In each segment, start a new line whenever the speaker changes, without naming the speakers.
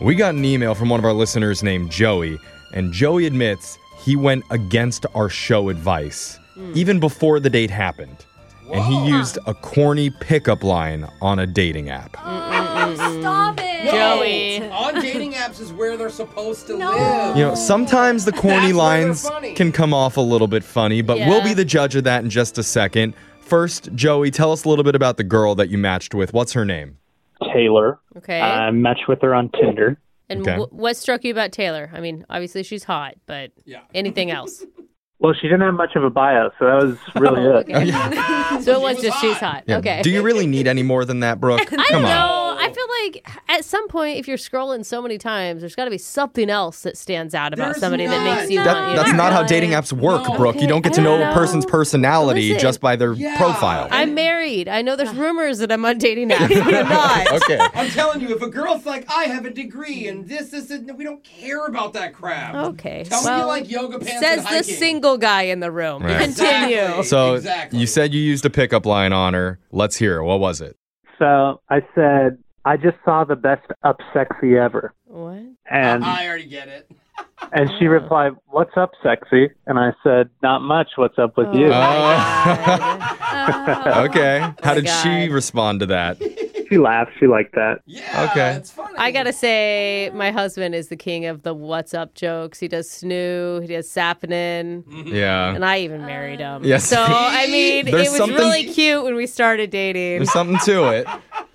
We got an email from one of our listeners named Joey, and Joey admits he went against our show advice even before the date happened. And he used a corny pickup line on a dating app.
Stop it.
Joey.
On dating apps is where they're supposed to
No.
live.
You know, sometimes the corny
That's why they're
lines
funny.
can come off a little bit funny, but we'll be the judge of that in just a second. First, Joey, tell us a little bit about the girl that you matched with. What's her name?
Taylor.
Okay.
I matched with her on Tinder.
and
Uh, okay.
wh- what struck you about Taylor? I mean, obviously she's hot, but
Yeah.
anything else?
Well, she didn't have much of a bio, so that was really it.
Oh, Okay. so it was
was
just she's
hot.
hot.
Yeah,
Okay.
Do you really need any more than that, Brooke?
I
Come
don't know.
on.
I feel like at some point, if you're scrolling so many times, there's got to be something else that stands out about
There's
somebody that
not.
makes you
That,
want.
that's
you
not how
know?
dating apps work,
No.
Brooke. You don't get to
I
know
don't
a
know.
personality personality
Listen.
just by their
Yeah.
profile.
I'm married. I know there's rumors that I'm on dating apps. but I'm not.
okay.
I'm telling you, if a girl's like, I have a degree and this, this, and we don't care about that crap.
Okay.
Tell me you
well,
like yoga pants
says
and
the
hiking.
single guy in the room.
Right.
Continue.
Exactly.
So
Exactly.
you said you used a pickup line on her. Let's hear. it. What was it?
So I said, I just saw the best up sexy ever.
What?
And
I already get it.
and she replied, What's up, sexy? And I said, Not much. What's up with
Oh.
you?
Oh.
Oh.
okay. How did she
God.
respond to that?
She laughed. She liked that.
Yeah.
Okay.
It's funny.
I gotta say, my husband is the king of the what's up jokes. He does Snoo, he does Sappinin,
Yeah.
and I even married him.
Mm. Uh, Yes.
So I mean,
There's
it was
something-
really cute when we started dating.
There's something to it.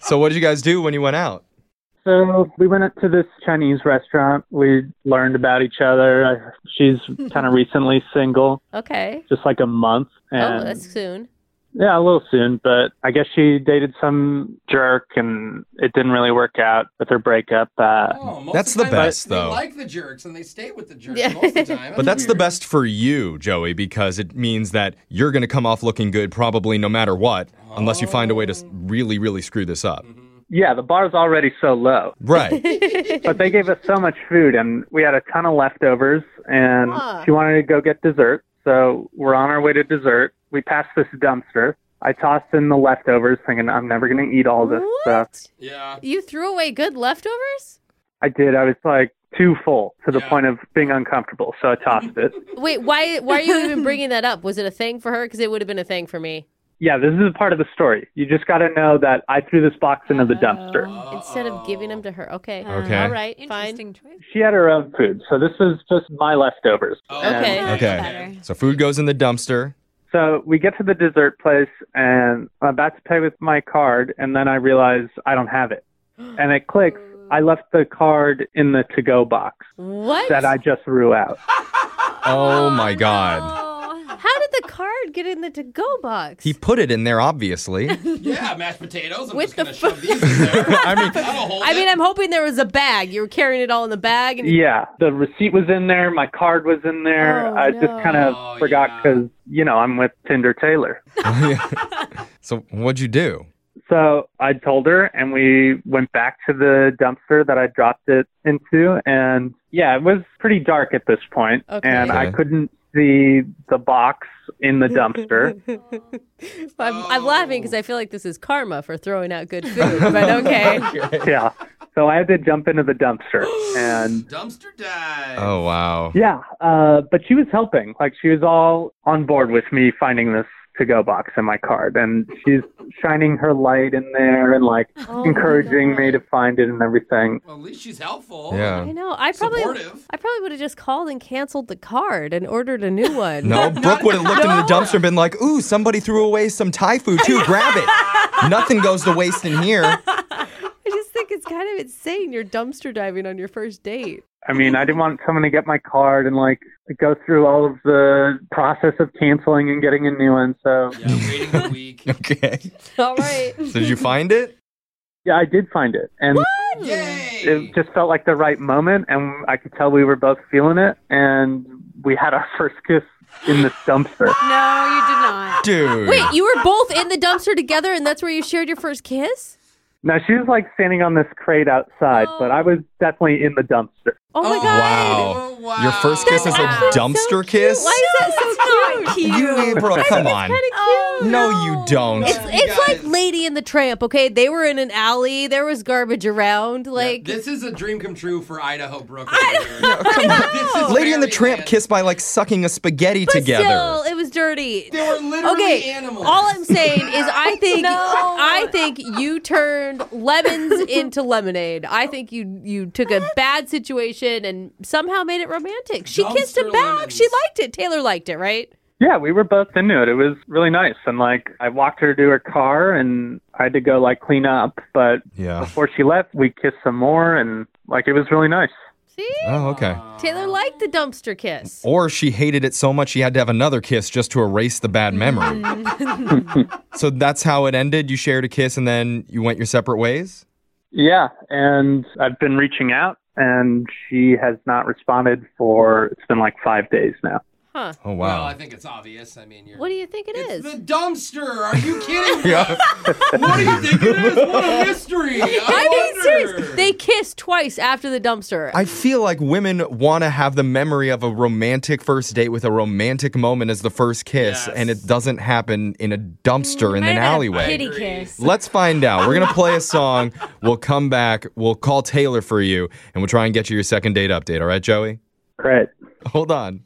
So what did you guys do when you went out?
So we went up to this Chinese restaurant. We learned about each other. I- She's kind of recently single,
Okay.
just like a month. And
oh, that's soon.
Yeah, a little soon, but I guess she dated some jerk and it didn't really work out with her breakup. Uh,
Oh, most
That's
of the,
the
time,
best,
they
though.
like the jerks and they stay with the jerks
Yeah.
most of the time.
But that's the
weird.
best for you, Joey, because it means that you're going to come off looking good probably no matter what, unless you find a way to s- really, really screw this up.
Oh.
yeah, the bar's already so low,
Right.
but they gave us so much food and we had a ton of leftovers and
Huh.
she wanted to go get dessert. So we're on our way to dessert. We passed this dumpster. I tossed in the leftovers thinking I'm never going to eat all this stuff.
What?
Yeah.
You threw away good leftovers?
I did. I was like too full to the
Yeah.
point of being uncomfortable. So I tossed it.
Wait, why? Why are you even bringing that up? Was it a thing for her? Because it would have been a thing for me.
Yeah, this is a part of the story. You just got to know that I threw this box into the dumpster.
Instead of giving them to her. Okay.
Okay.
All right. Fine.
Interesting choice.
She had her own food, so this was just my leftovers.
Okay.
Oh,
Okay. So food goes in the dumpster.
So we get to the dessert place, and I'm about to pay with my card, and then I realize I don't have it. And it clicks. I left the card in the to-go box
What?
that I just threw out.
Oh my God.
Oh.
How did the card get in the to-go box?
He put it in there, obviously.
Yeah, mashed potatoes. I'm just
With
gonna
the
shove these in there.
I mean,
That'll hold
I mean,
it.
I'm hoping there was a bag. You were carrying it all in the bag. And
Yeah, the receipt was in there. My card was in there.
Oh,
I just kind of
no. Oh,
forgot
yeah.
because you know I'm with Tinder Taylor.
so what'd you do?
So I told her, and we went back to the dumpster that I dropped it into. And yeah, it was pretty dark at this point,
Okay.
and I
Okay.
couldn't see the box in the dumpster.
I'm, I'm laughing because I feel like this is karma for throwing out good food. But okay.
yeah. So I had to jump into the dumpster, and
Dumpster dive.
Oh, wow.
yeah, uh, but she was helping. Like she was all on board with me finding this to-go box in my card, and she's shining her light in there and like
Oh my
encouraging me to find it and everything.
Well, at least she's helpful.
I
Yeah.
know. I probably,
Supportive.
I probably would have just called and canceled the card and ordered a new one.
No, Brooke would have looked in the dumpster and been like, ooh, somebody threw away some Thai food too. Grab it. Nothing goes to waste in here.
I just think it's kind of insane. You're dumpster diving on your first date.
I mean, I didn't want someone to get my card and like go through all of the process of canceling and getting a new one. So
Yeah, waiting a week.
Okay.
All right.
So did you find it?
yeah, I did find it, and
Yay!
it just felt like the right moment, and I could tell we were both feeling it, and we had our first kiss in this dumpster.
No, you did not.
Dude.
Wait, you were both in the dumpster together, and that's where you shared your first kiss?
Now she was like standing on this crate outside, but I was definitely in the dumpster.
Oh my god.
Wow.
Oh, wow.
Your first kiss is a
actually so
dumpster kiss?
Why is that so
That's not cute.
You, April, come on.
cute?
No, you don't.
It's,
No, you
it's like
guys-
Lady in the Tramp, okay? They were in an alley. There was garbage around. Like,
This is a dream come true for Idaho Brooke. over here. This is
Lady and the
fairyland.
Tramp kissed by like sucking a spaghetti
but
together.
still, it was dirty.
They were literally
Okay,
animals.
all I'm saying is I think I think you turned lemons into lemonade. I think you you took a bad situation and somehow made it romantic. She kissed him
Dumpster
back. She
lemons.
liked it. Taylor liked it, right?
Yeah, we were both into it. It was really nice. And like, I walked her to her car and I had to go like clean up. But
Yeah.
before she left, we kissed some more and like, it was really nice.
See?
Oh, okay.
Uh,
Taylor liked the dumpster kiss.
Or she hated it so much she had to have another kiss just to erase the bad memory. so that's how it ended. You shared a kiss and then you went your separate ways?
Yeah. And I've been reaching out and she has not responded for, it's been like five days now.
Huh.
Oh,
Well,
wow.
I think it's obvious. I mean, you're.
What do you think it is?
it's the dumpster. Are you kidding? me?
yeah.
What do you think it is? What a mystery. I,
I mean,
wonder.
serious. They kissed twice after the dumpster.
I feel like women want to have the memory of a romantic first date with a romantic moment as the first kiss,
Yes.
and it doesn't happen in a dumpster in an alleyway.
Kitty kiss.
Let's find out. We're going to play a song. We'll come back. We'll call Taylor for you, and we'll try and get you your second date update. All right, Joey?
Great.
Hold on.